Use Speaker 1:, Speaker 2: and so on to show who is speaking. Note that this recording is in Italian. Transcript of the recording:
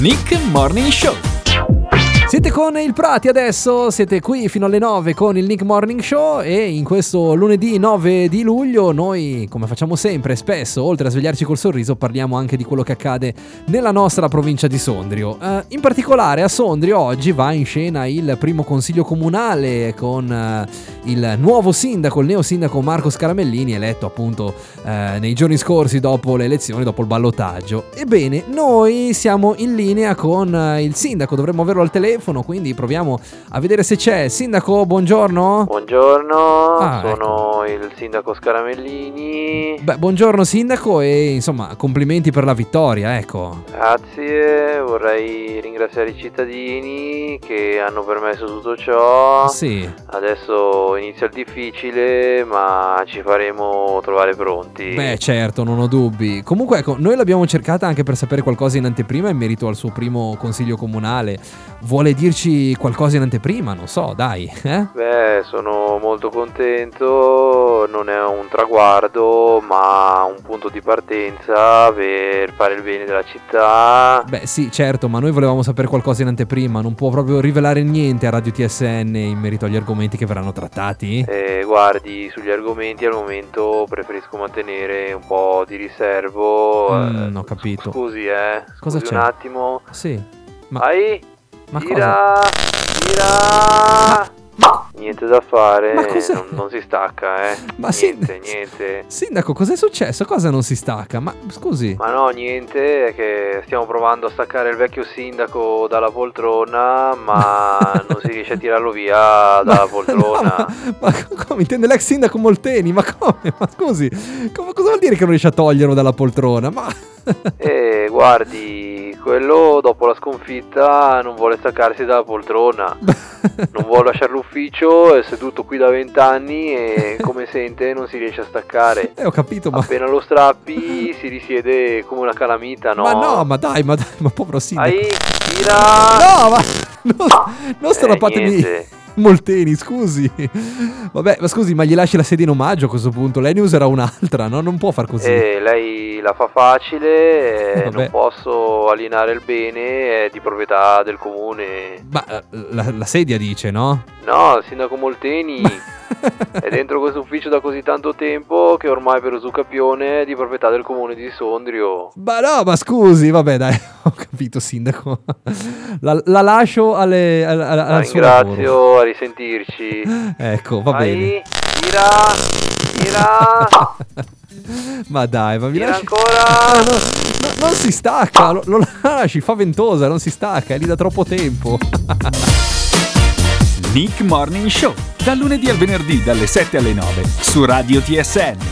Speaker 1: Nick Morning Show.
Speaker 2: Siete con il Prati adesso, siete qui fino alle 9 con il Nick Morning Show e in questo lunedì 9 di luglio noi, come facciamo sempre, spesso, oltre a svegliarci col sorriso, parliamo anche di quello che accade nella nostra provincia di Sondrio. Eh, in particolare a Sondrio oggi va in scena il primo consiglio comunale con eh, il nuovo sindaco, il neo sindaco Marco Scaramellini, eletto appunto eh, nei giorni scorsi dopo le elezioni, dopo il ballottaggio. Ebbene, noi siamo in linea con eh, il sindaco, dovremmo averlo al telefono, quindi proviamo a vedere se c'è. Sindaco, buongiorno.
Speaker 3: Buongiorno,
Speaker 2: Ah,
Speaker 3: sono il sindaco Scaramellini.
Speaker 2: Beh, buongiorno sindaco e insomma complimenti per la vittoria, ecco.
Speaker 3: Grazie, vorrei ringraziare i cittadini che hanno permesso tutto ciò.
Speaker 2: Sì.
Speaker 3: Adesso inizia il difficile, ma ci faremo trovare pronti.
Speaker 2: Beh, certo, non ho dubbi. Comunque, ecco, noi l'abbiamo cercata anche per sapere qualcosa in anteprima in merito al suo primo consiglio comunale. Vuole dirci qualcosa in anteprima? Non so, dai. Eh?
Speaker 3: Beh, sono molto contento, non è un traguardo, ma un punto di partenza per fare il bene della città.
Speaker 2: Beh, sì, certo, ma noi volevamo sapere qualcosa in anteprima. Non può proprio rivelare niente a Radio TSN in merito agli argomenti che verranno trattati.
Speaker 3: Eh, guardi, sugli argomenti al momento preferisco mantenere un po' di riservo.
Speaker 2: Mm,
Speaker 3: eh,
Speaker 2: ho capito.
Speaker 3: Scusi, eh.
Speaker 2: Cosa
Speaker 3: scusi
Speaker 2: c'è?
Speaker 3: un attimo.
Speaker 2: Sì. Ma-
Speaker 3: Vai,
Speaker 2: Ma cosa?
Speaker 3: gira, gira. Niente da fare,
Speaker 2: Ma cos'è?
Speaker 3: Non, non si stacca, eh.
Speaker 2: Ma sì-
Speaker 3: niente, niente.
Speaker 2: Sindaco, cos'è successo? Cosa non si stacca? Ma scusi.
Speaker 3: Ma no, niente, è che stiamo provando a staccare il vecchio sindaco dalla poltrona, ma non si riesce a tirarlo via
Speaker 2: Ma-
Speaker 3: dalla poltrona.
Speaker 2: no, ma, ma co- come intende l'ex sindaco Molteni? Ma come? Ma scusi, come- cosa vuol dire che non riesce a toglierlo dalla poltrona? Ma
Speaker 3: E guardi, quello dopo la sconfitta non vuole staccarsi dalla poltrona, non vuole lasciare l'ufficio, è seduto qui da vent'anni e come sente non si riesce a staccare.
Speaker 2: Eh, ho capito, ma
Speaker 3: Appena lo strappi si risiede come una calamita, no?
Speaker 2: Ma no, ma dai, ma dai, ma povero sindaco.
Speaker 3: Ai, tira!
Speaker 2: No, ma non, non
Speaker 3: Eh,
Speaker 2: strappatevi
Speaker 3: niente.
Speaker 2: Molteni, scusi. Vabbè, ma scusi, ma gli lasci la sedia in omaggio a questo punto? Lei ne userà un'altra, no? Non può far così.
Speaker 3: Eh, lei la fa facile, eh,
Speaker 2: Vabbè.
Speaker 3: non posso alienare il bene, è di proprietà del comune.
Speaker 2: Ma eh, la, la sedia dice, no?
Speaker 3: No, il sindaco Molteni è dentro questo ufficio da così tanto tempo che ormai per usucapione è di proprietà del comune di Sondrio.
Speaker 2: Ma no, ma scusi, vabbè, dai, ho capito, sindaco. La, la lascio alle, al, al-
Speaker 3: La
Speaker 2: al suo
Speaker 3: ringrazio,
Speaker 2: lavoro.
Speaker 3: a risentirci.
Speaker 2: Ecco, va
Speaker 3: Vai,
Speaker 2: bene.
Speaker 3: Tira, tira,
Speaker 2: Ma dai, ma mi
Speaker 3: tira
Speaker 2: lasci...
Speaker 3: ancora.
Speaker 2: Ah, no, no, non si stacca, lo, lo lasci, fa ventosa, non si stacca, è lì da troppo tempo.
Speaker 1: Nick Morning Show. Dal lunedì al venerdì dalle 7 alle 9 su Radio TSN.